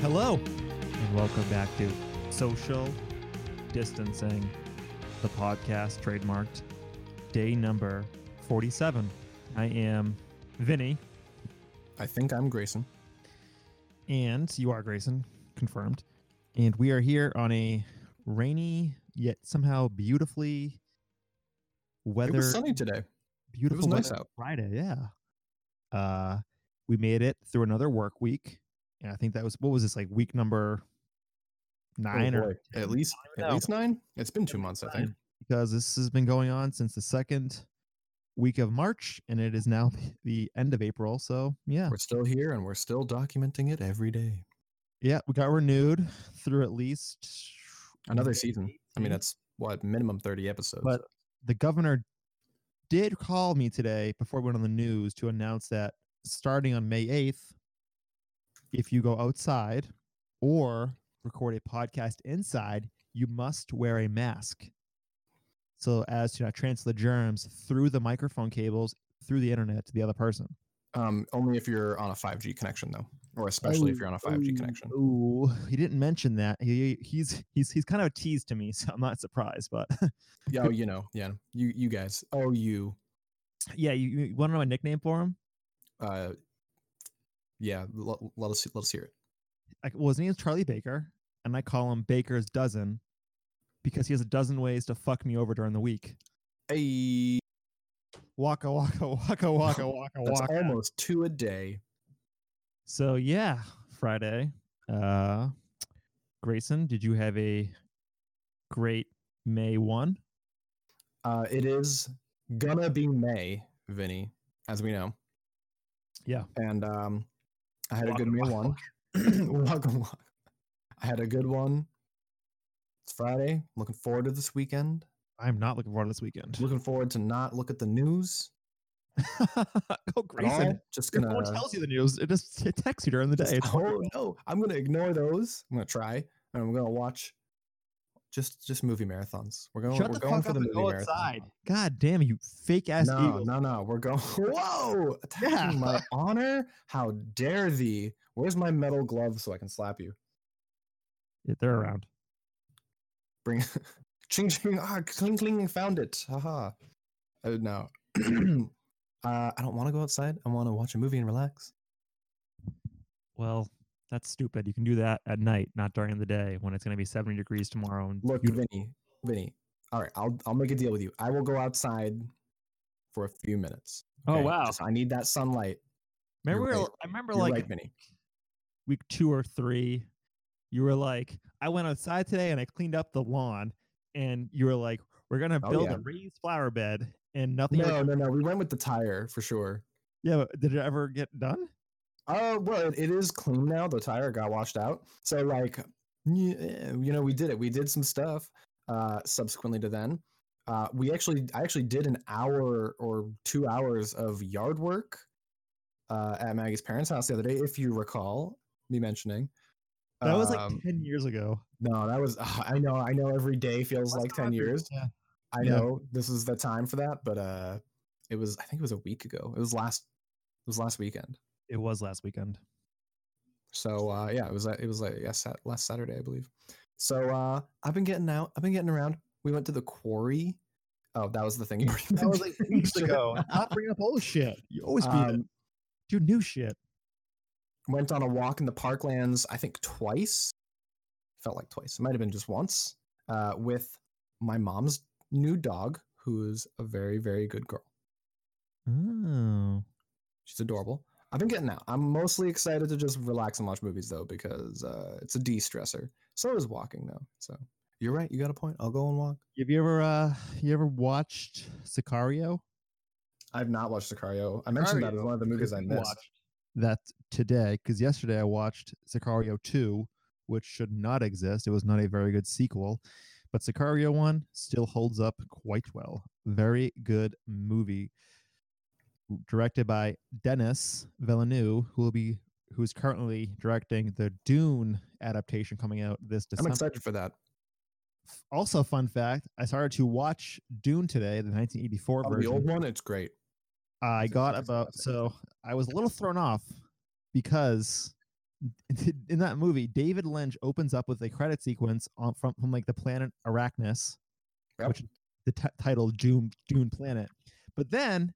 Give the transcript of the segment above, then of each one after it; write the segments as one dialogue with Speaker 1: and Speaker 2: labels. Speaker 1: Hello.
Speaker 2: and welcome back to Social Distancing, the podcast trademarked, day number 47. I am Vinny,
Speaker 1: I think I'm Grayson.
Speaker 2: and you are Grayson, confirmed. And we are here on a rainy yet somehow beautifully
Speaker 1: it
Speaker 2: weather
Speaker 1: was sunny today. It was
Speaker 2: beautiful
Speaker 1: nice
Speaker 2: weather
Speaker 1: out.
Speaker 2: Friday, yeah. Uh we made it through another work week. And I think that was what was this like week number nine
Speaker 1: Oh,
Speaker 2: or
Speaker 1: boy. at least
Speaker 2: don't
Speaker 1: at
Speaker 2: know.
Speaker 1: least nine. It's been two months, I think.
Speaker 2: because this has been going on since the second week of March, and it is now the end of April. So yeah,
Speaker 1: We're still here and we're still documenting it every day.
Speaker 2: yeah, we got renewed through at least
Speaker 1: Another season. I mean,
Speaker 2: 18.
Speaker 1: that's what minimum thirty episodes.
Speaker 2: But the governor did call me today before we went on the news to announce that starting on May eighth, if you go outside or record a podcast inside, you must wear a mask. So as to not transfer the germs through the microphone cables through the internet to the other person.
Speaker 1: um, only if you're on a five G connection, though, or especially if you're on a five G connection.
Speaker 2: Ooh, Oh, he didn't mention that. He he's he's he's kind of a tease to me, so I'm not surprised. But
Speaker 1: Yeah, oh, you know, yeah, you you guys. Oh, you.
Speaker 2: yeah, you, you want to know my nickname for him?
Speaker 1: Uh, yeah, let, let us let us hear it.
Speaker 2: Like, well, his name is Charlie Baker, and I call him Baker's dozen because he has a dozen ways to fuck me over during the week.
Speaker 1: Hey,
Speaker 2: Waka waka waka waka waka
Speaker 1: that's
Speaker 2: waka.
Speaker 1: almost two a day.
Speaker 2: So yeah, Friday. Uh, Grayson, did you have a great May one?
Speaker 1: Uh, it is gonna be May, Vinny, as we know.
Speaker 2: Yeah.
Speaker 1: And um, I had
Speaker 2: Walk
Speaker 1: a good
Speaker 2: and
Speaker 1: May one.
Speaker 2: walk.
Speaker 1: Walk and walk. I had a good one. It's Friday. Looking forward to this weekend.
Speaker 2: I'm not looking forward to this weekend.
Speaker 1: Looking forward to not look at the news.
Speaker 2: Go
Speaker 1: at all.
Speaker 2: Grayson.
Speaker 1: Just
Speaker 2: Your
Speaker 1: gonna.
Speaker 2: phone tells you the news. It just it texts you during the
Speaker 1: just-
Speaker 2: day.
Speaker 1: oh no! I'm gonna ignore those. I'm gonna try, and I'm gonna watch. Just, just movie marathons. We're going.
Speaker 2: Shut
Speaker 1: we're
Speaker 2: the
Speaker 1: going
Speaker 2: fuck
Speaker 1: for
Speaker 2: up
Speaker 1: the
Speaker 2: and
Speaker 1: movie
Speaker 2: go
Speaker 1: marathon.
Speaker 2: outside. God damn you, fake ass
Speaker 1: no,
Speaker 2: eagle.
Speaker 1: no, no. We're going. Whoa! Attacking my honor? How dare thee? Where's my metal glove so I can slap you?
Speaker 2: Yeah, they're around.
Speaker 1: Bring. ching ching. Ah, cling cling. Found it. Haha. Uh, no. uh, I don't want to go outside. I want to watch a movie and relax.
Speaker 2: Well, that's stupid. You can do that at night, not during the day when it's going to be 70 degrees tomorrow. And
Speaker 1: Look,
Speaker 2: beautiful.
Speaker 1: Vinny. Vinny. All right. I'll I'll make a deal with you. I will go outside for a few minutes.
Speaker 2: Oh,
Speaker 1: okay?
Speaker 2: wow.
Speaker 1: Just- I need that sunlight.
Speaker 2: remember,
Speaker 1: you're
Speaker 2: we were-
Speaker 1: right.
Speaker 2: I remember
Speaker 1: You're
Speaker 2: like
Speaker 1: right, Vinny.
Speaker 2: week two or three, you were like, I went outside today and I cleaned up the lawn. And you were like, we're going to
Speaker 1: Oh,
Speaker 2: build
Speaker 1: yeah.
Speaker 2: a raised flower bed and nothing. ever-
Speaker 1: No, no, no. We went with the tire for sure.
Speaker 2: Yeah, but did it ever get done?
Speaker 1: Uh, well, it, it is clean now. The tire got washed out, so like, yeah, you know, we did it. We did some stuff. Uh, subsequently to then, uh, we actually, I actually did an hour or two hours of yard work, uh, at Maggie's parents' house the other day. If you recall me mentioning,
Speaker 2: That was like
Speaker 1: Um,
Speaker 2: 10 years ago.
Speaker 1: no, that was. oh, I know, I know. Every day feels
Speaker 2: That's
Speaker 1: like
Speaker 2: not
Speaker 1: ten
Speaker 2: every-
Speaker 1: years.
Speaker 2: Yeah.
Speaker 1: I
Speaker 2: Yeah.
Speaker 1: know this is the time for that, but uh, it was. I think it was a week ago. It was last. It was last weekend.
Speaker 2: It was last weekend.
Speaker 1: So uh, yeah, it was uh, it was like yes, sat- last Saturday, I believe. So uh, I've been getting out. I've been getting around. We went to the quarry. Oh, that was the thing. You already mentioned. Shit.
Speaker 2: Not bring up old shit. You always be
Speaker 1: Um,
Speaker 2: do new shit.
Speaker 1: went on a walk in the parklands. I think twice. Felt like twice. It might have been just once. Uh, with my mom's new dog, who's a very very good girl.
Speaker 2: Oh.
Speaker 1: She's adorable. I've been getting out. I'm mostly excited to just relax and watch movies though, because uh, it's a de-stressor. So is walking though. So you're right. You got a point. I'll go and walk.
Speaker 2: Have you ever uh you ever watched Sicario?
Speaker 1: I've not watched Sicario. I mentioned that as
Speaker 2: Sicario
Speaker 1: one of the movies I
Speaker 2: you
Speaker 1: missed.
Speaker 2: watched that today because yesterday I watched Sicario 2, which should not exist. It was not a very good sequel, but Sicario 1 still holds up quite well. Very good movie directed by Dennis Villeneuve, who will be who is currently directing the Dune adaptation coming out this
Speaker 1: I'm
Speaker 2: December.
Speaker 1: excited for that.
Speaker 2: F- Also, fun fact: I started to watch Dune today, the 1984
Speaker 1: Oh, the
Speaker 2: version.
Speaker 1: old one, it's great.
Speaker 2: I
Speaker 1: It's a
Speaker 2: got
Speaker 1: classic,
Speaker 2: about
Speaker 1: classic.
Speaker 2: so I was a little thrown off because in that movie, David Lynch opens up with a credit sequence on, from from like the planet Arachnus,
Speaker 1: Yep.
Speaker 2: which the t- title Dune Dune Planet, but then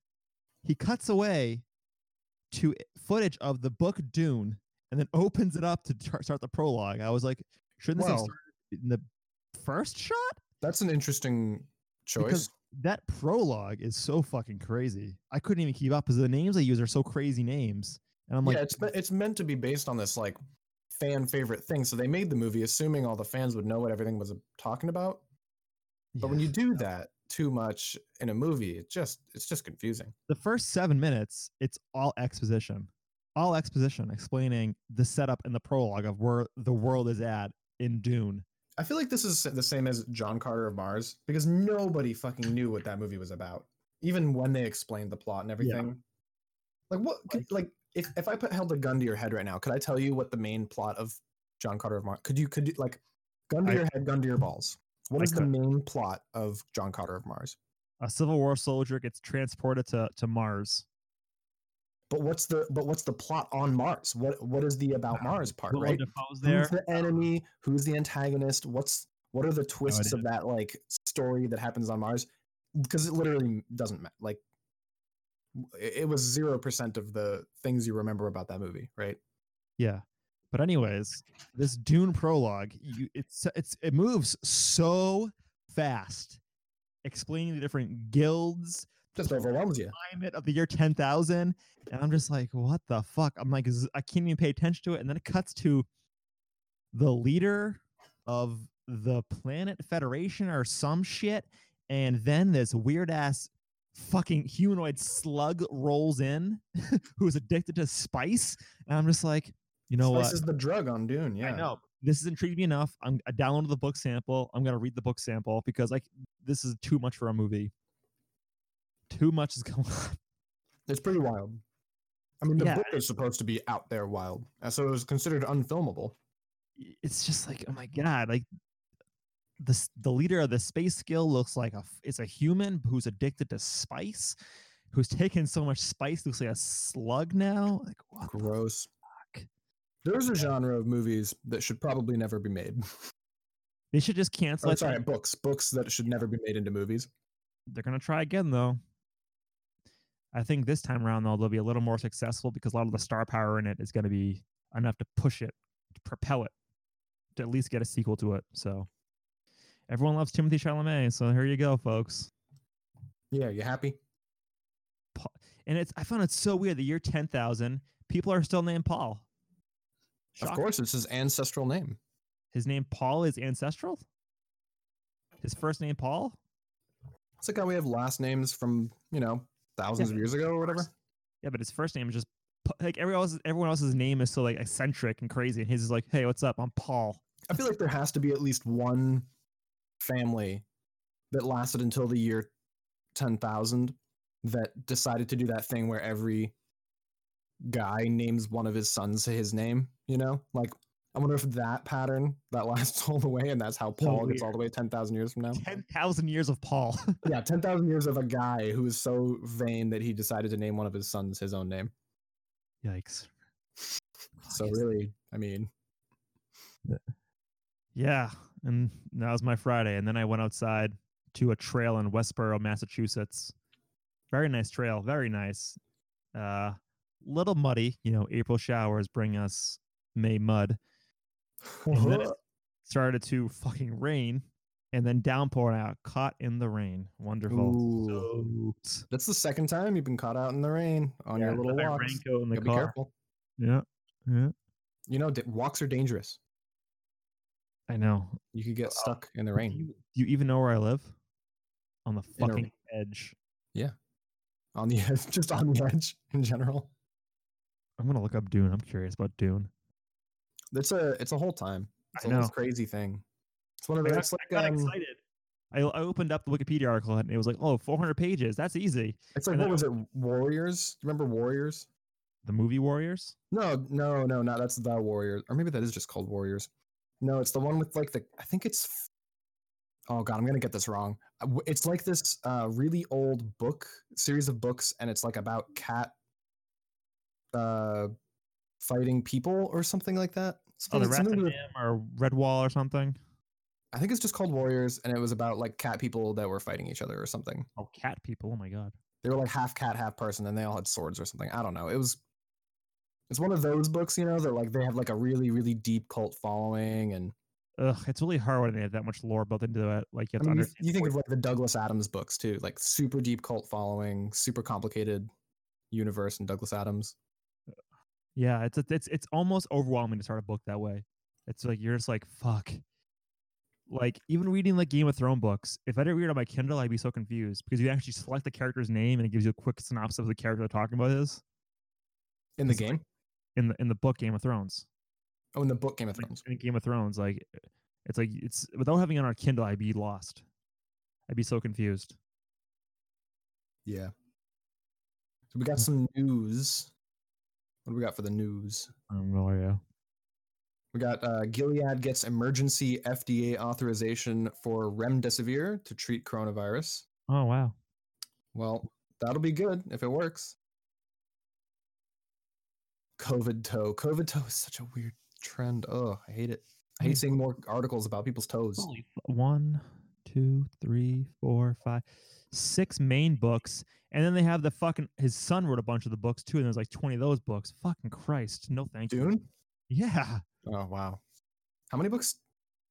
Speaker 2: he cuts away to footage of the book Dune, and then opens it up to tr- start the prologue. I was like, shouldn't this have
Speaker 1: Well-
Speaker 2: started in the first shot?
Speaker 1: That's an interesting choice.
Speaker 2: Because- That prologue is so fucking crazy. I couldn't even keep up because the names they use are so crazy names, and I'm like,
Speaker 1: yeah, it's me- it's meant to be based on this like fan favorite thing. So they made the movie assuming all the fans would know what everything was uh, talking about. But when
Speaker 2: yeah.
Speaker 1: you do that too much in a movie, it just it's just confusing.
Speaker 2: the first seven minutes, it's all exposition, all exposition explaining the setup and the prologue of where the world is at in Dune.
Speaker 1: I feel like this is the same as John Carter of Mars because nobody fucking knew what that movie was about, even when they explained the plot and everything. Like what? Could, like if, if I put held a gun to your head right now, could I tell you what the main plot of John Carter of Mars? Could you could you, like gun to
Speaker 2: I-
Speaker 1: your head, gun to your balls? What
Speaker 2: I
Speaker 1: is the
Speaker 2: could.
Speaker 1: main plot of John Carter of Mars?
Speaker 2: A Civil War soldier gets transported to, to Mars.
Speaker 1: But what's the but what's the plot on Mars? What what is the about
Speaker 2: Uh,
Speaker 1: Mars part?
Speaker 2: Willem
Speaker 1: Right?
Speaker 2: Dafoe's
Speaker 1: Who's
Speaker 2: there.
Speaker 1: the enemy? Who's the antagonist? What's what are the twists of
Speaker 2: idea.
Speaker 1: that like story that happens on Mars? Because it literally doesn't matter. Like w- it it was zero percent of the things you remember about that movie, right?
Speaker 2: Yeah. But anyways, this Dune prologue, you, it's it's it moves so fast, explaining the different guilds,
Speaker 1: Just overwhelms you.
Speaker 2: climate of the year 10,000. And I'm just like, what the fuck? I'm like, "Z- I can't even pay attention to it. And then it cuts to the leader of the Planet Federation or some shit. And then this weird ass fucking humanoid slug rolls in who's addicted to spice. And I'm just like, you know
Speaker 1: Spice
Speaker 2: what?
Speaker 1: is the drug on Dune. Yeah,
Speaker 2: I know. This has intrigued me enough. I'm, I downloaded the book sample. I'm going to read the book sample because like this is too much for a movie. Too much is going on.
Speaker 1: it's pretty wild. I mean, the
Speaker 2: Yeah,
Speaker 1: book is supposed to be out there wild, uh, so it was considered unfilmable.
Speaker 2: y- it's just like oh my god like this the leader of the space guild looks like a f- is a human who's addicted to spice who's taken so much spice looks like a slug now like what the-
Speaker 1: Gross. There's a genre of movies that should probably never be made.
Speaker 2: they should just cancel
Speaker 1: Oh,
Speaker 2: it
Speaker 1: sorry, books. Books that should never be made into movies.
Speaker 2: they're gonna try again though i think this time around though they'll be a little more successful because a lot of the star power in it is gonna be enough to push it to propel it to at least get a sequel to it so everyone loves timothy chalamet so here you go folks
Speaker 1: Yeah, you happy?
Speaker 2: And it's I found it so weird. The year ten thousand, people are still named Paul.
Speaker 1: Of
Speaker 2: Shocking.
Speaker 1: course, it's his ancestral name.
Speaker 2: his name Paul is ancestral. His first name Paul.
Speaker 1: It's like how we have last names from you know thousands of years ago or whatever.
Speaker 2: Yeah, but his first name is just Pa- like everyone else. Everyone else's name is so like eccentric and crazy, and his is like, "Hey, what's up? I'm Paul."
Speaker 1: I feel like there has to be at least one family that lasted until the year ten thousand that decided to do that thing where every guy names one of his sons his name. You know, like I wonder if that pattern that lasts all the way, and that's how Paul gets all the way ten thousand years from now.
Speaker 2: Ten thousand years of Paul.
Speaker 1: yeah, ten thousand years of a guy who is so vain that he decided to name one of his sons his own name.
Speaker 2: Yikes.
Speaker 1: So
Speaker 2: Fuck, it's-
Speaker 1: really, I mean,
Speaker 2: Yeah, and that was my Friday, and then I went outside to a trail in Westborough, Massachusetts. Very nice trail, very nice. Uh, little muddy, you know. April showers bring us May mud. And
Speaker 1: Uh-huh.
Speaker 2: then it started to fucking rain, and then downpour, and I got caught in the rain. Wonderful.
Speaker 1: Ooh.
Speaker 2: Soaked.
Speaker 1: that's the second time you've been caught out in the rain on
Speaker 2: Yeah,
Speaker 1: your little
Speaker 2: put my
Speaker 1: walks.
Speaker 2: raincoat in the
Speaker 1: Gotta be
Speaker 2: car.
Speaker 1: careful.
Speaker 2: Yeah, yeah.
Speaker 1: You know, d- walks are dangerous.
Speaker 2: I know.
Speaker 1: You could get
Speaker 2: Oh,
Speaker 1: stuck in the
Speaker 2: Do
Speaker 1: rain
Speaker 2: You, do you even know where I live? On the
Speaker 1: In a-
Speaker 2: fucking edge. Mm-hmm.
Speaker 1: on the edge, just on the edge in general.
Speaker 2: I'm gonna look up Dune. I'm curious about Dune.
Speaker 1: It's a it's a whole time. It's
Speaker 2: I
Speaker 1: a whole
Speaker 2: know.
Speaker 1: crazy thing. It's one of
Speaker 2: I
Speaker 1: the
Speaker 2: got,
Speaker 1: it's like
Speaker 2: I got
Speaker 1: um,
Speaker 2: excited. I, I opened up the Wikipedia article and it was like, oh, 400 pages. That's easy.
Speaker 1: it's like
Speaker 2: and
Speaker 1: what
Speaker 2: then-
Speaker 1: was it? Warriors? Do you remember Warriors?
Speaker 2: The movie Warriors.
Speaker 1: No, no, no, not that's the Warriors, or maybe that is just called Warriors. No, it's the one with like the. I think it's. f- Oh god, I'm gonna get this wrong. Uh, w- It's like this uh, really old book series of books, and it's like about cat uh, fighting people or something like that.
Speaker 2: Oh, the
Speaker 1: Something- something to do
Speaker 2: Rathanim
Speaker 1: with-
Speaker 2: or Red Wall or something.
Speaker 1: I think it's just called Warriors, and it was about like cat people that were fighting each other or something.
Speaker 2: Oh, cat people! Oh my god.
Speaker 1: They were like half cat, half person, and they all had swords or something. I don't know. It was it's one of those books, you know, that like they have like a really, really deep cult following, and
Speaker 2: Ugh, it's really hard when they have that much lore built into it. Like you
Speaker 1: I
Speaker 2: have to
Speaker 1: mean, you,
Speaker 2: understand
Speaker 1: you think
Speaker 2: what-
Speaker 1: of like the Douglas Adams books too, like super deep cult following, super complicated universe and Douglas Adams.
Speaker 2: Yeah, it's it's it's almost overwhelming to start a book that way. It's like you're just like fuck. Like even reading like Game of Thrones books, if I didn't read it on my Kindle, I'd be so confused because you actually select the character's name and it gives you a quick synopsis of the character they're talking about is
Speaker 1: In the
Speaker 2: It's like-
Speaker 1: game?
Speaker 2: in the in the book Game of Thrones.
Speaker 1: Oh, in the book Game of
Speaker 2: Like,
Speaker 1: Thrones.
Speaker 2: in Game of Thrones, like it's like it's without having it on our Kindle, I'd be lost. I'd be so confused.
Speaker 1: Yeah. So we got some news. What do we got for the news?
Speaker 2: I don't know, yeah.
Speaker 1: We got uh, Gilead gets emergency FDA authorization for remdesivir to treat coronavirus.
Speaker 2: Oh wow.
Speaker 1: Well, that'll be good if it works. COVID toe. COVID toe is such a weird trend. Oh, I hate it. I
Speaker 2: Hmm.
Speaker 1: hate seeing more articles about people's toes.
Speaker 2: Holy f- one, two, three, four, five, six main books, and then they have the fucking his son wrote a bunch of the books too, and there's like twenty of those books. Fucking Christ, no thank you.
Speaker 1: Dune?
Speaker 2: Yeah,
Speaker 1: Oh, wow. How many books?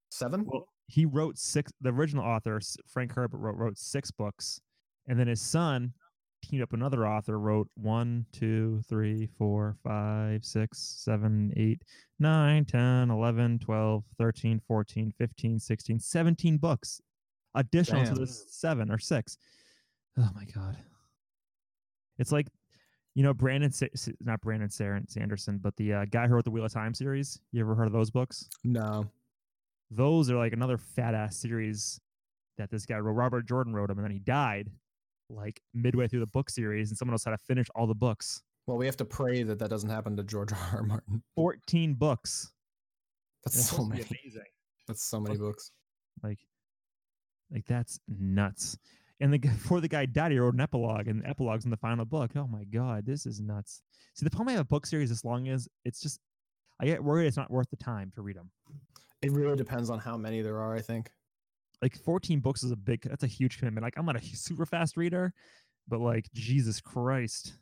Speaker 1: Seven?
Speaker 2: well, he wrote six. The original author S- Frank Herbert wrote wrote six books, and then his son teamed up with another author wrote one, two, three, four, five, six, seven, eight, nine, ten, eleven, twelve, thirteen, fourteen, fifteen, sixteen, seventeen books additional
Speaker 1: Damn.
Speaker 2: to the seven or six. Oh my god, it's like. You know Brandon, Sa- Sa- not Brandon Saren- Sanderson, but the uh, guy who wrote the Wheel of Time series. You ever heard of those books?
Speaker 1: No.
Speaker 2: those are like another fat ass series that this guy wrote. Robert Jordan wrote them, and then he died like midway through the book series, and someone else had to finish all the books.
Speaker 1: Well, we have to pray that that doesn't happen to George R. R. Martin.
Speaker 2: Fourteen books. and
Speaker 1: That's
Speaker 2: it's
Speaker 1: so
Speaker 2: supposed to be
Speaker 1: many.
Speaker 2: amazing.
Speaker 1: That's so many books.
Speaker 2: Like, like that's nuts. And the, guy- before the guy died, he wrote an epilogue, and the epilogue's in the final book. Oh my god, this is nuts. See, the problem I have a book series this long is it's just I get worried it's not worth the time to read them.
Speaker 1: It really depends on how many there are, I think.
Speaker 2: like 14 books is a big that's a huge commitment like i'm not a hu- super fast reader but like jesus christ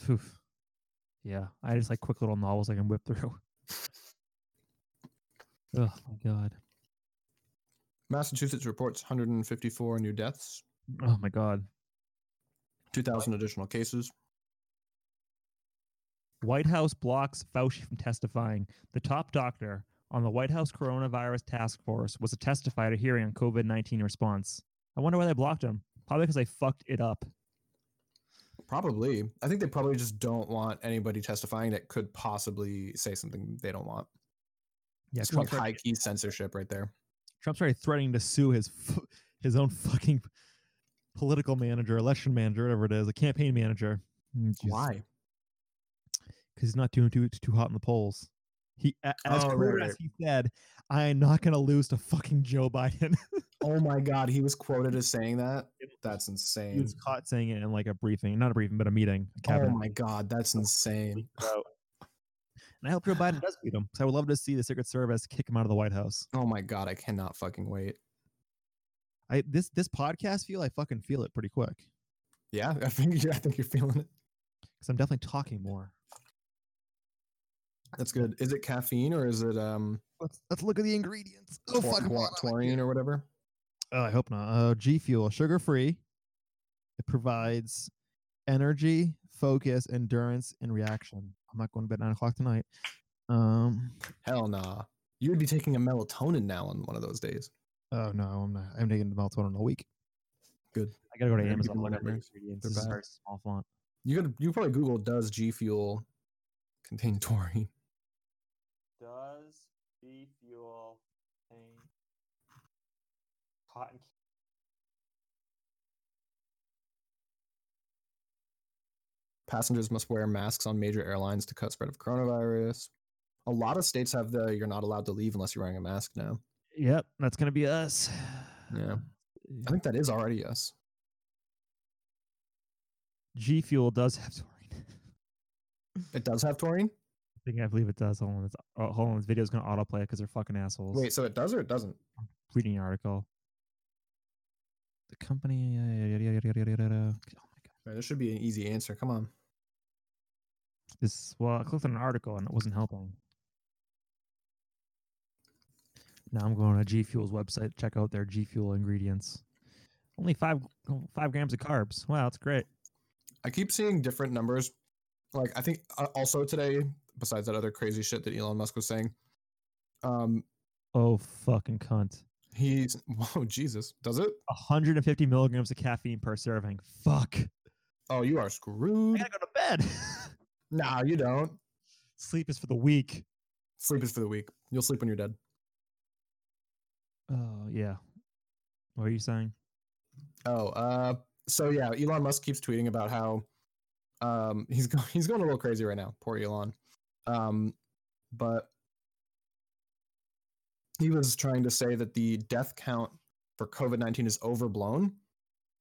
Speaker 2: Phew. yeah i just like quick little novels i can whip through oh my god
Speaker 1: Massachusetts reports 154 new deaths,
Speaker 2: oh my god
Speaker 1: 2,000 additional cases.
Speaker 2: white house blocks fauci from testifying the top doctor on the white house coronavirus task force was to testify at a hearing on covid-19 response i wonder why they blocked him probably because i fucked it up
Speaker 1: Probably. I think they probably just don't want anybody testifying that could possibly say something they don't want.
Speaker 2: yeah
Speaker 1: It's
Speaker 2: Trump
Speaker 1: like
Speaker 2: already-
Speaker 1: high key censorship right there.
Speaker 2: Trump's already threatening to sue his f- his own fucking political manager, election manager, whatever it is, a campaign manager.
Speaker 1: Mm, Why?
Speaker 2: Because he's not doing too too hot in the polls. He a- as
Speaker 1: Oh, right,
Speaker 2: quoted
Speaker 1: right.
Speaker 2: as he said, "I am not going to lose to fucking Joe Biden."
Speaker 1: Oh my God. He was quoted as saying that. That's
Speaker 2: he
Speaker 1: insane.
Speaker 2: was caught saying it in like a briefing, not a briefing, but a meeting, a
Speaker 1: Oh
Speaker 2: cabinet.
Speaker 1: my God. That's insane.
Speaker 2: and I hope Joe Biden does beat him. So I would love to see the Secret Service kick him out of the White House.
Speaker 1: Oh my God. I cannot fucking wait.
Speaker 2: I this this podcast feel I fucking feel it pretty quick
Speaker 1: Yeah. I think, I think you're feeling it.
Speaker 2: because I'm definitely talking more.
Speaker 1: That's good. Is it caffeine or is it um
Speaker 2: Let's let's look at the ingredients. Oh
Speaker 1: tor-
Speaker 2: fuck, I'm
Speaker 1: tor-
Speaker 2: out of
Speaker 1: taurine or whatever?
Speaker 2: Oh, I hope not. Uh, G Fuel, sugar free. It provides energy, focus, endurance, and reaction. I'm not going to bed at nine o'clock tonight. Um,
Speaker 1: Hell nah. You would be taking a melatonin now on one of those days.
Speaker 2: oh no, I'm not. I'm taking the melatonin all week.
Speaker 1: Good.
Speaker 2: I gotta go to
Speaker 1: Yeah, I'm
Speaker 2: Amazon.
Speaker 1: keeping
Speaker 2: Look at the
Speaker 1: nightmares.
Speaker 2: ingredients.
Speaker 1: They're
Speaker 2: This is
Speaker 1: bad.
Speaker 2: very small font.
Speaker 1: You could you probably Google does G Fuel contain taurine?
Speaker 2: Does G Fuel contain cotton?
Speaker 1: Passengers must wear masks on major airlines to cut spread of coronavirus. A lot of states have the you're not allowed to leave unless you're wearing a mask now.
Speaker 2: Yep, that's gonna be us.
Speaker 1: Yeah. I think that is already us.
Speaker 2: G Fuel does have taurine.
Speaker 1: It does have taurine.
Speaker 2: I think I believe it does. Hold on, it's, uh, hold on. This video is gonna autoplay because they're fucking assholes.
Speaker 1: Wait, so it does or it doesn't?
Speaker 2: reading the article. The company. Uh, yada, yada, yada, yada, yada, yada. Oh my god,
Speaker 1: Right, this should be an easy answer. Come on.
Speaker 2: this. Well, I clicked on an article and it wasn't helping. Now I'm going to G Fuel's website. Check out their G Fuel ingredients. Only five five grams of carbs. Wow, that's great.
Speaker 1: I keep seeing different numbers. Like I think uh, also today, besides that other crazy shit that Elon Musk was saying, um,
Speaker 2: Oh fucking cunt.
Speaker 1: he's whoa Jesus, does it?
Speaker 2: 150 milligrams of caffeine per serving. Fuck.
Speaker 1: Oh, you are
Speaker 2: I
Speaker 1: screwed.
Speaker 2: gotta go to bed.
Speaker 1: Nah, you don't.
Speaker 2: Sleep is for the weak.
Speaker 1: Sleep is for the weak. You'll sleep when you're dead.
Speaker 2: Oh yeah. What are you saying?
Speaker 1: Oh, uh, so yeah, Elon Musk keeps tweeting about how um, he's going he's going a little crazy right now. Poor Elon. Um, but he was trying to say that the death count for COVID nineteen is overblown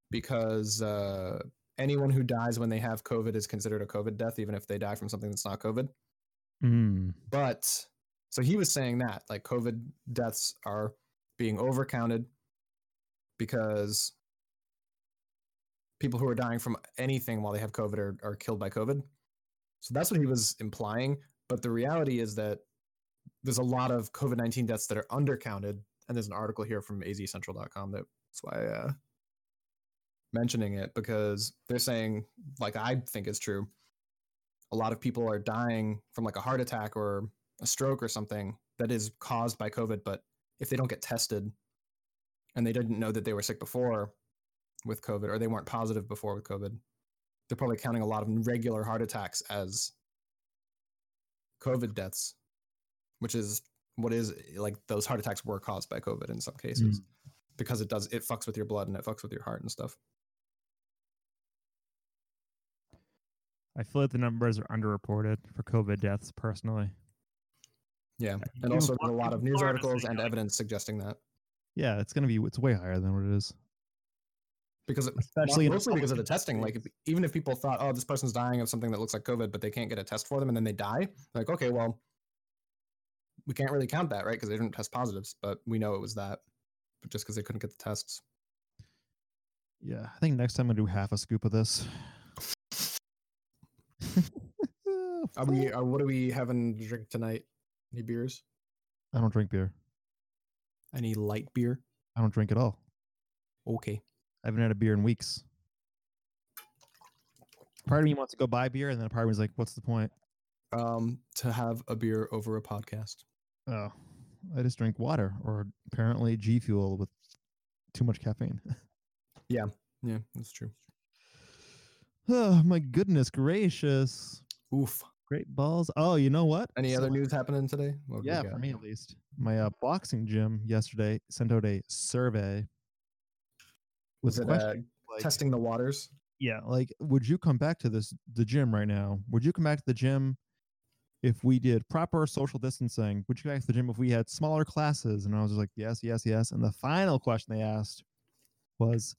Speaker 1: because uh, anyone who dies when they have COVID is considered a COVID death, even if they die from something that's not COVID.
Speaker 2: Mm.
Speaker 1: But so he was saying that like COVID deaths are being overcounted because people who are dying from anything while they have COVID are, are killed by COVID. So that's what he was implying. But the reality is that there's a lot of COVID 19 deaths that are undercounted. And there's an article here from azcentral.com that- that's why uh, mentioning it because they're saying, like I think is true, a lot of people are dying from like a heart attack or a stroke or something that is caused by COVID, but if they don't get tested and they didn't know that they were sick before with COVID or they weren't positive before with COVID, they're probably counting a lot of regular heart attacks as COVID deaths, which is what is like those heart attacks were caused by COVID in some cases because it does, it fucks with your blood and it fucks with your heart and stuff.
Speaker 2: I feel like the numbers are underreported for COVID deaths personally.
Speaker 1: Yeah.
Speaker 2: you
Speaker 1: And
Speaker 2: do
Speaker 1: also,
Speaker 2: fuck
Speaker 1: there's a lot of
Speaker 2: people
Speaker 1: news
Speaker 2: harder,
Speaker 1: articles
Speaker 2: so
Speaker 1: and
Speaker 2: you're like-
Speaker 1: evidence suggesting that
Speaker 2: Yeah, it's gonna be it's way higher than what it is.
Speaker 1: because it,
Speaker 2: Especially in a
Speaker 1: mostly
Speaker 2: public
Speaker 1: because of the testing. Like, if, even if people thought, "Oh, this person's dying of something that looks like COVID," but they can't get a test for them, and then they die, like, okay, well, we can't really count that, right? Because they didn't test positives, but we know it was that, but just because they couldn't get the tests.
Speaker 2: Yeah, I think next time I do half a scoop of this.
Speaker 1: Are we? Are, what are we having to drink tonight? Any beers?
Speaker 2: I don't drink beer.
Speaker 1: Any light beer?
Speaker 2: I don't drink at all.
Speaker 1: Okay.
Speaker 2: I haven't had a beer in weeks. Part of me wants to go buy beer, and then part of me's like, "What's the point?"
Speaker 1: Um, to have a beer over a podcast.
Speaker 2: Oh, I just drink water, or apparently G Fuel with too much caffeine.
Speaker 1: Yeah, that's true.
Speaker 2: oh my goodness gracious!
Speaker 1: Oof.
Speaker 2: Great balls. Oh, you know what?
Speaker 1: Any
Speaker 2: So
Speaker 1: other news Oh, happening today? What have we
Speaker 2: Yeah,
Speaker 1: got?
Speaker 2: for me at least. My uh, boxing gym yesterday sent out a survey with
Speaker 1: Was it
Speaker 2: questions
Speaker 1: uh,
Speaker 2: like,
Speaker 1: testing the waters?
Speaker 2: yeah, like would you come back to this the gym right now? Would you come back to the gym if we did proper social distancing? Would you come back to the gym if we had smaller classes? And I was just like, yes, yes, yes. And the final question they asked was,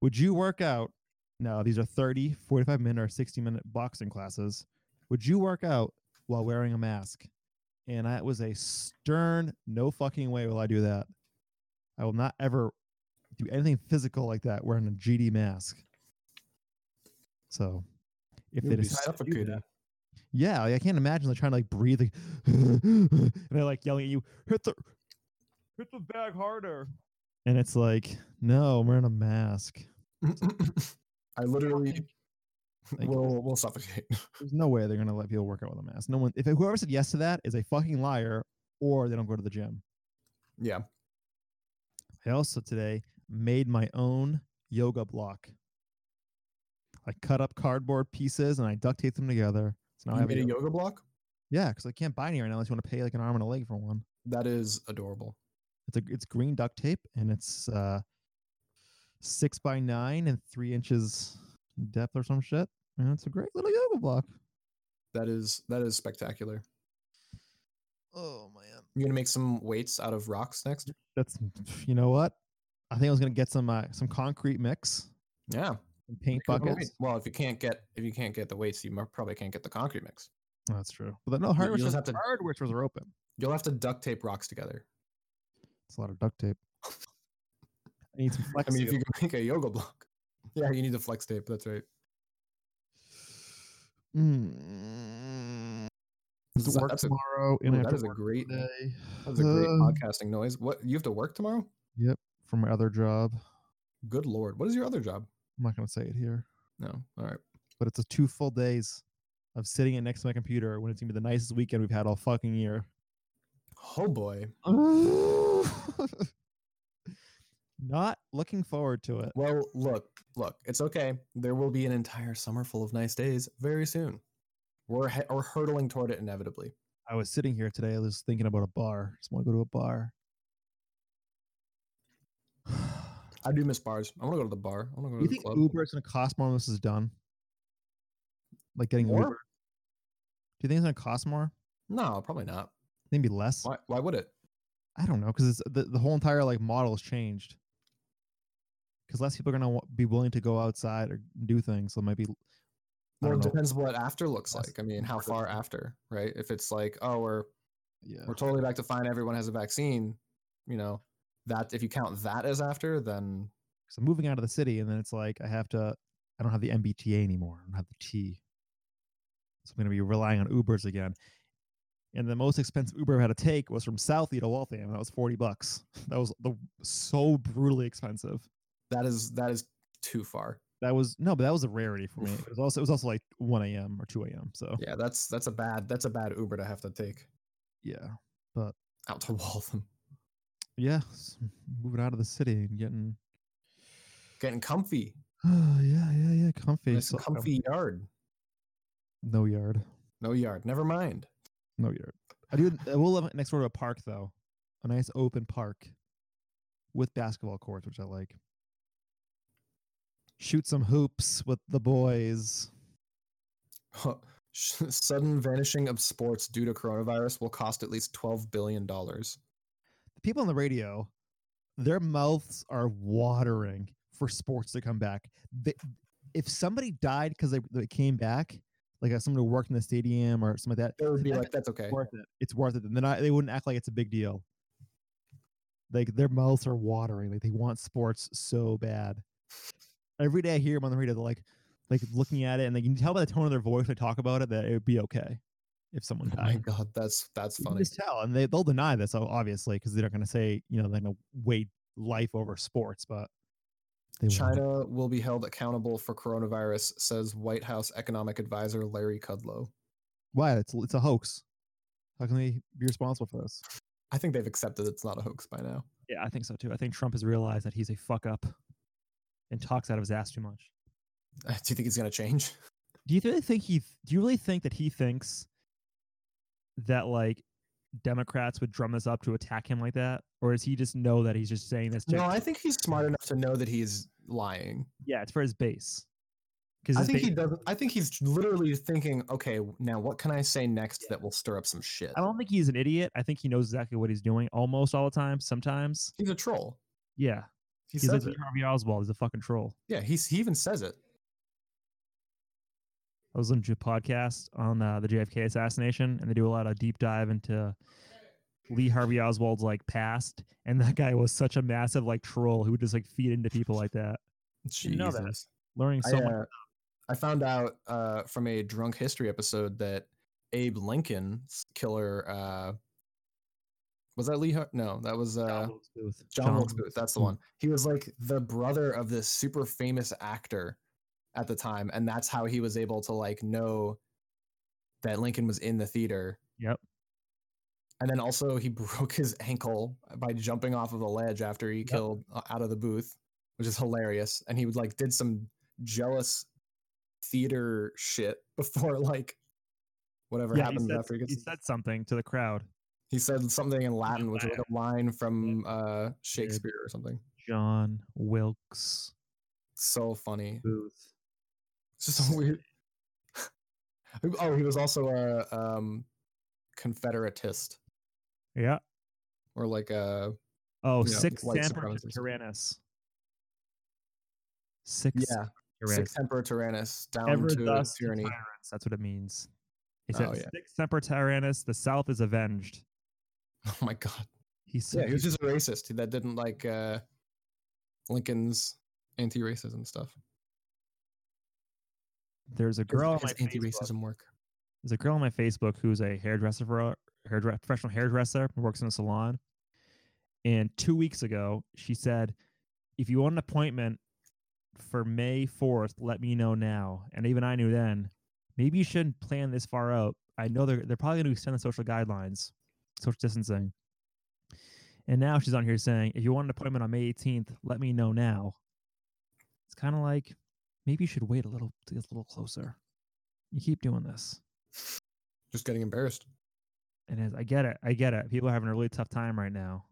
Speaker 2: would you work out? Now, these are 30, 45 minute or 60 minute boxing classes. Would you work out while wearing a mask? And that was a stern, no fucking way will I do that. I will not ever do anything physical like that wearing a GD mask. So if
Speaker 1: You
Speaker 2: they
Speaker 1: would be
Speaker 2: decide to do
Speaker 1: suffocating.
Speaker 2: that, yeah, like, I can't imagine they're trying to like breathe, like, and they're like yelling at you, hit the, hit the bag harder. And it's like, no, I'm wearing a mask.
Speaker 1: I literally
Speaker 2: you.
Speaker 1: will will suffocate.
Speaker 2: There's no way they're gonna let people work out with a mask. No one, if whoever said yes to that is a fucking liar, or they don't go to the gym.
Speaker 1: Yeah.
Speaker 2: I also today made my own yoga block. I cut up cardboard pieces and I duct taped them together. So now I
Speaker 1: You
Speaker 2: have a
Speaker 1: made a
Speaker 2: yoga-
Speaker 1: yoga block?
Speaker 2: yeah, because I can't buy any right now unless you want to pay like an arm and a leg for one.
Speaker 1: That is adorable.
Speaker 2: It's a, it's green duct tape and it's uh six by nine and three inches depth or some shit. And it's a great little yoga block.
Speaker 1: That is that is spectacular.
Speaker 2: Oh man.
Speaker 1: You're gonna make some weights out of rocks next?
Speaker 2: That's you know what? I think I was gonna get some uh, some concrete mix
Speaker 1: Yeah.
Speaker 2: and paint
Speaker 1: Make your own
Speaker 2: buckets.
Speaker 1: weight- Well, if you can't get if you can't get the weights, you mo- probably can't get the concrete mix.
Speaker 2: That's true. But then, no, hardware
Speaker 1: you'll
Speaker 2: stores,
Speaker 1: have to-
Speaker 2: hardware stores are open.
Speaker 1: You'll have to duct tape rocks together.
Speaker 2: It's a lot of duct tape. I need some flex.
Speaker 1: I mean, if
Speaker 2: seal.
Speaker 1: you can make a yoga block. Yeah, you need the flex tape. That's right.
Speaker 2: Mm. I have
Speaker 1: So
Speaker 2: to work
Speaker 1: that's a-
Speaker 2: tomorrow,
Speaker 1: Ooh,
Speaker 2: and I have
Speaker 1: that
Speaker 2: to
Speaker 1: is a
Speaker 2: work
Speaker 1: great.
Speaker 2: today.
Speaker 1: That's a great
Speaker 2: Uh,
Speaker 1: podcasting noise. What you have to work tomorrow?
Speaker 2: for my other job.
Speaker 1: Good lord! What is your other job?
Speaker 2: I'm not going to say it here,
Speaker 1: No. All right.
Speaker 2: but it's a two full days of sitting at next to my computer when it's going to be the nicest weekend we've had all fucking year.
Speaker 1: Oh boy.
Speaker 2: not looking forward to it.
Speaker 1: Well, look, look. It's okay. There will be an entire summer full of nice days very soon. We're he- we're hurtling toward it inevitably.
Speaker 2: I was sitting here today. I was thinking about a bar. Just want to go to a bar.
Speaker 1: I do miss bars. I want to go to the bar. I want to
Speaker 2: you
Speaker 1: go to the
Speaker 2: think
Speaker 1: club.
Speaker 2: Uber is going to cost more when this is done? Like getting
Speaker 1: More?
Speaker 2: Uber? Do you think it's going to cost more?
Speaker 1: No, probably not.
Speaker 2: Maybe less.
Speaker 1: Why? Why would it?
Speaker 2: I don't know because it's the, the whole entire like model has changed. Because less people are going to w- be willing to go outside or do things, so it might be. I
Speaker 1: Well, it
Speaker 2: don't know.
Speaker 1: depends what after looks
Speaker 2: That's
Speaker 1: like. I mean, how
Speaker 2: part of
Speaker 1: far
Speaker 2: it.
Speaker 1: after, right? If it's like, oh, we're
Speaker 2: Yeah.
Speaker 1: we're totally back to fine, everyone has a vaccine, you know, that if you count that as after, then
Speaker 2: So I'm moving out of the city, and then it's like I have to. I don't have the MBTA anymore. I don't have the T. So I'm going to be relying on Ubers again. And the most expensive Uber I had to take was from Southie to Waltham, and that was forty bucks. That was the so brutally expensive.
Speaker 1: that is that is too far.
Speaker 2: That was no, but that was a rarity for me.
Speaker 1: Oof.
Speaker 2: It was also it was also like one a.m. or two a.m. So
Speaker 1: Yeah, that's that's a bad that's a bad Uber to have to take
Speaker 2: yeah,
Speaker 1: out to Waltham.
Speaker 2: yeah, s- moving out of the city and getting
Speaker 1: Getting comfy,
Speaker 2: oh yeah, yeah, yeah, comfy.
Speaker 1: nice
Speaker 2: So- um,
Speaker 1: comfy yard,
Speaker 2: No yard,
Speaker 1: no yard. Never mind.
Speaker 2: no yard. I do. I will live next door to a park though, a nice open park with basketball courts, which I like. Shoot some hoops with the boys.
Speaker 1: Sudden vanishing of sports due to coronavirus will cost at least twelve billion dollars.
Speaker 2: The people on the radio, their mouths are watering for sports to come back. They, if somebody died because they, they came back, like uh, someone who worked in the stadium or something like that,
Speaker 1: It would be
Speaker 2: that-
Speaker 1: like that's okay.
Speaker 2: worth it. It's worth it. And then I, they wouldn't act like it's a big deal. Like their mouths are watering. Like they want sports so bad. Every day I hear them on the radio, they're like, like looking at it, and they can tell by the tone of their voice they talk about it that it would be okay if someone
Speaker 1: Oh my
Speaker 2: died.
Speaker 1: god, that's that's
Speaker 2: You can
Speaker 1: funny.
Speaker 2: just tell, and they they'll deny this o- obviously because they're not going to say you know they're going to weigh life over sports, but they want it.
Speaker 1: China will be held accountable for coronavirus, says White House economic advisor Larry Kudlow.
Speaker 2: Why? It's it's a hoax. How can they be responsible for this?
Speaker 1: I think they've accepted it's not a hoax by now.
Speaker 2: Yeah, I think so too. I think Trump has realized that he's a fuck up and talks out of his ass too much.
Speaker 1: Do you think it's going to change?
Speaker 2: Do you really think he? Do you really think that he thinks that like Democrats would drum this up to attack him like that, or does he just know that he's just saying this? To,
Speaker 1: No, I think he's smart enough to know that he's lying.
Speaker 2: yeah, it's for his base. Because
Speaker 1: I think he doesn't. I think he's literally thinking, okay, now what can I say next that will stir up some shit?
Speaker 2: I don't think he's an idiot. I think he knows exactly what he's doing almost all the time. Sometimes,
Speaker 1: He's a troll.
Speaker 2: yeah,
Speaker 1: He
Speaker 2: he's like
Speaker 1: says it.
Speaker 2: Lee Harvey Oswald. He's a fucking troll.
Speaker 1: Yeah, he's, he even says it.
Speaker 2: I was listening to a podcast on uh, the JFK assassination, and they do a lot of deep dive into Lee Harvey Oswald's like past. And that guy was such a massive like troll who would just like feed into people like that,
Speaker 1: Jesus.
Speaker 2: Didn't know that. learning so
Speaker 1: I,
Speaker 2: much.
Speaker 1: uh, I found out uh, from a drunk history episode that Abe Lincoln's killer uh, was that Lee? Har- no, that was uh,
Speaker 2: John Wilkes Booth.
Speaker 1: John Wilkes Booth. That's the
Speaker 2: Mm.
Speaker 1: one. He was like the brother of this super famous actor at the time, and that's how he was able to like know that Lincoln was in the theater.
Speaker 2: Yep.
Speaker 1: And then also he broke his ankle by jumping off of a ledge after he killed uh, out of the booth, which is hilarious. And he would like did some jealous theater shit before like whatever
Speaker 2: Yeah, he
Speaker 1: happens
Speaker 2: said,
Speaker 1: after he gets
Speaker 2: he said something to the crowd.
Speaker 1: he said something in Latin, which was like a line from uh,
Speaker 2: Weird.
Speaker 1: Shakespeare or something.
Speaker 2: John Wilkes
Speaker 1: So funny.
Speaker 2: Booth.
Speaker 1: It's just a weird. oh, he was also a um, Confederatist
Speaker 2: Yeah.
Speaker 1: or like a
Speaker 2: Oh,
Speaker 1: Yeah,
Speaker 2: sixth
Speaker 1: white
Speaker 2: Emperor
Speaker 1: supremacist.
Speaker 2: Tyrannus. Sixth
Speaker 1: yeah
Speaker 2: Tyrannus.
Speaker 1: sixth emperor Tyrannus down
Speaker 2: Ever
Speaker 1: to
Speaker 2: thus
Speaker 1: tyranny.
Speaker 2: tyrants. That's what it means. It says,
Speaker 1: Oh, yeah.
Speaker 2: Sic Semper Tyrannis, the South is avenged.
Speaker 1: Oh my god.
Speaker 2: He said,
Speaker 1: Yeah, he was just a racist that didn't like uh, Lincoln's anti-racism stuff.
Speaker 2: There's a girl on my
Speaker 1: His
Speaker 2: Facebook.
Speaker 1: anti-racism work.
Speaker 2: There's a girl on my Facebook who's a hairdresser for a hairdre- professional hairdresser, works in a salon. And two weeks ago, she said, "If you want an appointment for May 4th, let me know now." And even I knew then, maybe you shouldn't plan this far out. I know they're they're probably going to extend the social guidelines, social distancing. And now she's on here saying, "If you want an appointment on May 18th, let me know now." It's kind of like maybe you should wait a little, to get a little closer. You keep doing this.
Speaker 1: Just getting embarrassed.
Speaker 2: And as I get it, I get it. People are having a really tough time right now,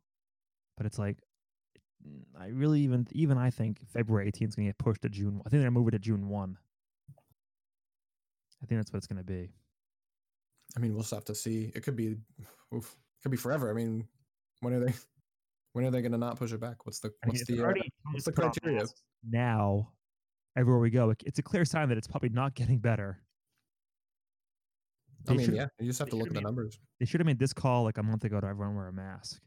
Speaker 2: but it's like, mm, I really even even I think February 18th is going to get pushed to June. I think they're going to move it to June 1. I think that's what it's going to be.
Speaker 1: I mean, we'll just have to see. It could be, oof, it could be forever. I mean, when are they, when are they going to not push it back? What's the,
Speaker 2: I mean,
Speaker 1: what's
Speaker 2: it's
Speaker 1: the, uh,
Speaker 2: already
Speaker 1: what's
Speaker 2: put
Speaker 1: the
Speaker 2: on
Speaker 1: criteria?
Speaker 2: masks now? Everywhere we go, it- it's a clear sign that it's probably not getting better.
Speaker 1: I
Speaker 2: They
Speaker 1: mean,
Speaker 2: should-
Speaker 1: yeah, you just have
Speaker 2: they
Speaker 1: to look at
Speaker 2: should
Speaker 1: the
Speaker 2: be-
Speaker 1: numbers.
Speaker 2: They should have made this call like a month ago to everyone wear a mask.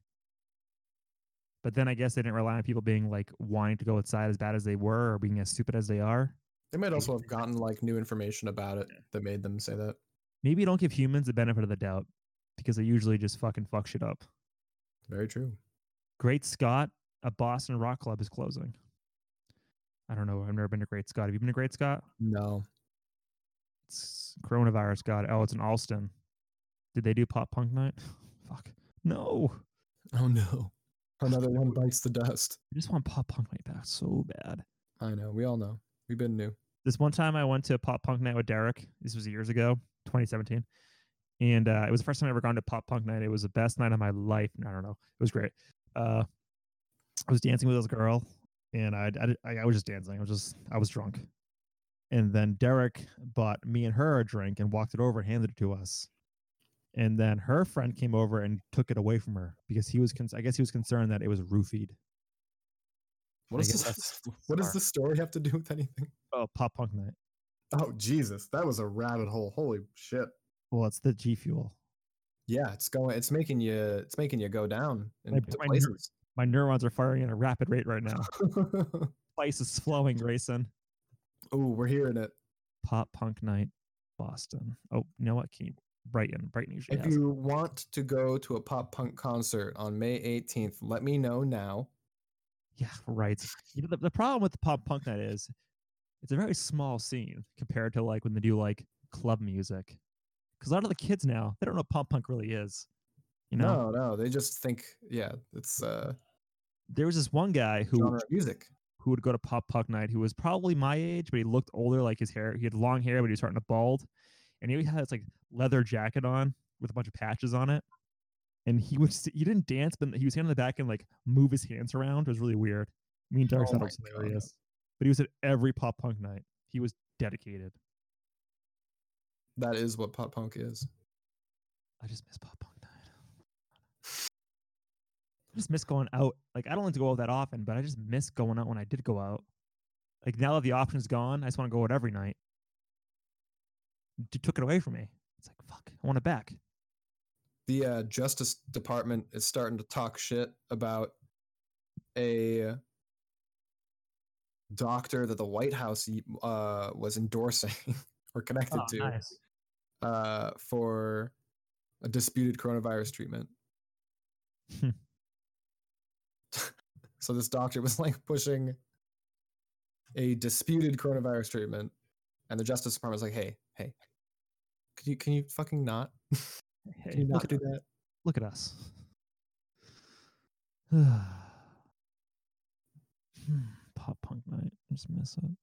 Speaker 2: But then I guess they didn't rely on people being like wanting to go outside as bad as they were or being as stupid as they are.
Speaker 1: They might also have gotten like new information about it that made them say that.
Speaker 2: maybe don't give humans the benefit of the doubt because they usually just fucking fuck shit up.
Speaker 1: Very true.
Speaker 2: Great Scott, a Boston rock club is closing. I don't know. I've never been to Great Scott. Have you been to Great Scott?
Speaker 1: No,
Speaker 2: It's coronavirus. God. Oh, it's in Alston. Did they do pop punk night? Fuck. No.
Speaker 1: oh no, another one bites the dust.
Speaker 2: I just want pop punk night back so bad.
Speaker 1: I know. We all know. We've been new.
Speaker 2: This one time I went to a pop punk night with Derek. This was years ago, 2017. And uh, it was the first time I ever gone to pop punk night. It was the best night of my life. I don't know. It was great. Uh, I was dancing with this girl, and I, I, did- I, I was just dancing. I was just I was drunk. And then Derek bought me and her a drink and walked it over and handed it to us. And then her friend came over and took it away from her because he was, con- I guess, he was concerned that it was roofied.
Speaker 1: What, is
Speaker 2: guess
Speaker 1: this,
Speaker 2: that's
Speaker 1: what does
Speaker 2: bizarre.
Speaker 1: this story have to do with anything?
Speaker 2: Oh, pop punk night.
Speaker 1: Oh Jesus, that was a rabbit hole. Holy shit.
Speaker 2: Well, it's the G fuel.
Speaker 1: Yeah, it's going. It's making you. It's making you go down
Speaker 2: I
Speaker 1: in
Speaker 2: put my
Speaker 1: places.
Speaker 2: My neurons are firing at a rapid rate right now.
Speaker 1: oh,
Speaker 2: Spice is flowing, Grayson.
Speaker 1: we're hearing it.
Speaker 2: Pop punk night, Boston. Oh, you know what? Can you Brighton? Brighton usually
Speaker 1: If
Speaker 2: has. it.
Speaker 1: you want to go to a pop punk concert on May 18th, let me know now.
Speaker 2: Yeah, right. You know, the, the problem with the pop punk night is it's a very small scene compared to like when they do like club music. Because a lot of the kids now they don't know pop punk really is. You know,
Speaker 1: No, no, they just think, yeah, it's uh,
Speaker 2: there was this one guy who
Speaker 1: genre of music.
Speaker 2: who would go to pop punk night who was probably my age but he looked older like his hair he had long hair but he was starting to bald and he had this like leather jacket on with a bunch of patches on it and he was he didn't dance but he was standing in the back and like move his hands around it was really weird me and Derek
Speaker 1: Oh
Speaker 2: thought it
Speaker 1: my
Speaker 2: was
Speaker 1: God.
Speaker 2: hilarious but he was at every pop punk night he was dedicated
Speaker 1: That is what pop punk is.
Speaker 2: I just miss pop punk night I just miss going out like I don't like to go out that often but I just miss going out when I did go out like now that the option's gone I just want to go out every night D- took it away from me. It's like fuck. I want it back.
Speaker 1: The uh, Justice Department is starting to talk shit about a doctor that the White House y- uh, was endorsing
Speaker 2: Oh,
Speaker 1: or connected to uh, for a disputed coronavirus treatment.
Speaker 2: Hmm.
Speaker 1: so this doctor was like pushing a disputed coronavirus treatment, and the Justice Department was like, "Hey, hey, can you can you fucking not?
Speaker 2: Hey,
Speaker 1: Can you
Speaker 2: look,
Speaker 1: not
Speaker 2: at,
Speaker 1: do that?"
Speaker 2: look at us. Hmm, Pop punk night. Just miss it.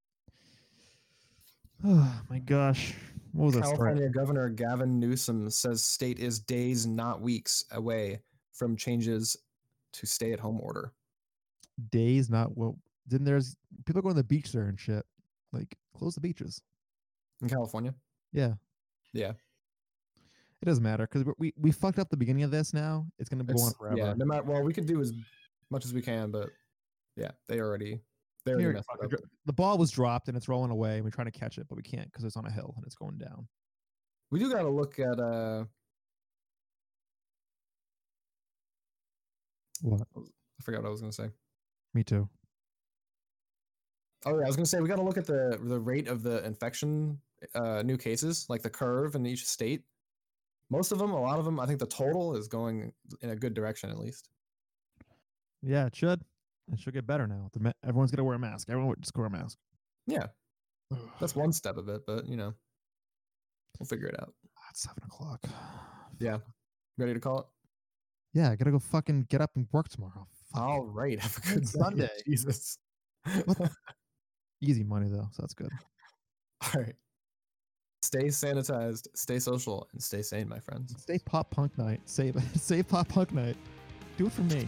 Speaker 2: Oh my gosh. What was that story?
Speaker 1: California Governor Gavin Newsom says state is days, not weeks, away from changes to stay-at-home order.
Speaker 2: Days not well. Then there's people go on the beach there and shit. Like close the beaches.
Speaker 1: In California,
Speaker 2: Yeah.
Speaker 1: Yeah.
Speaker 2: It doesn't matter because we we fucked up the beginning of this. Now it's gonna go on
Speaker 1: It's-
Speaker 2: forever.
Speaker 1: Yeah, no matter. Well, we could do as much as we can, but yeah, they already they already
Speaker 2: Here,
Speaker 1: messed
Speaker 2: fuck,
Speaker 1: it up.
Speaker 2: dr- the ball was dropped and it's rolling away and we're trying to catch it but we can't because it's on a hill and it's going down
Speaker 1: We do got to look at uh
Speaker 2: What?
Speaker 1: I forgot what I was going to say.
Speaker 2: Me too.
Speaker 1: Oh yeah, I was going to say we got to look at the the rate of the infection uh new cases, like the curve in each state. Most of them, a lot of them, I think the total is going in a good direction at least.
Speaker 2: Yeah, it should. It should get better now. The ma- everyone's gonna wear a mask. Everyone would just wear a mask.
Speaker 1: Yeah, that's one step of it, but you know, we'll figure it out.
Speaker 2: Ah, It's seven o'clock.
Speaker 1: Yeah. Ready to call it?
Speaker 2: Yeah, I gotta go fucking get up and work tomorrow. Fuck.
Speaker 1: All right. Have a good
Speaker 2: It's
Speaker 1: night.
Speaker 2: Sunday.
Speaker 1: Jesus.
Speaker 2: What the- Easy money though, so that's good.
Speaker 1: All right. Stay sanitized, stay social, and stay sane, my friends.
Speaker 2: Stay pop punk night. Save save pop punk night. Do it for me.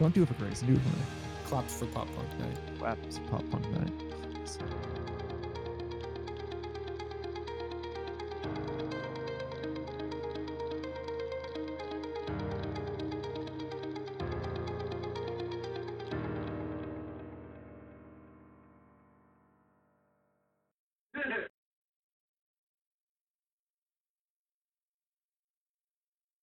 Speaker 2: Don't do it for Grace. Do it for me.
Speaker 1: Claps for Pop Punk Night.
Speaker 2: Wow, it's pop punk night.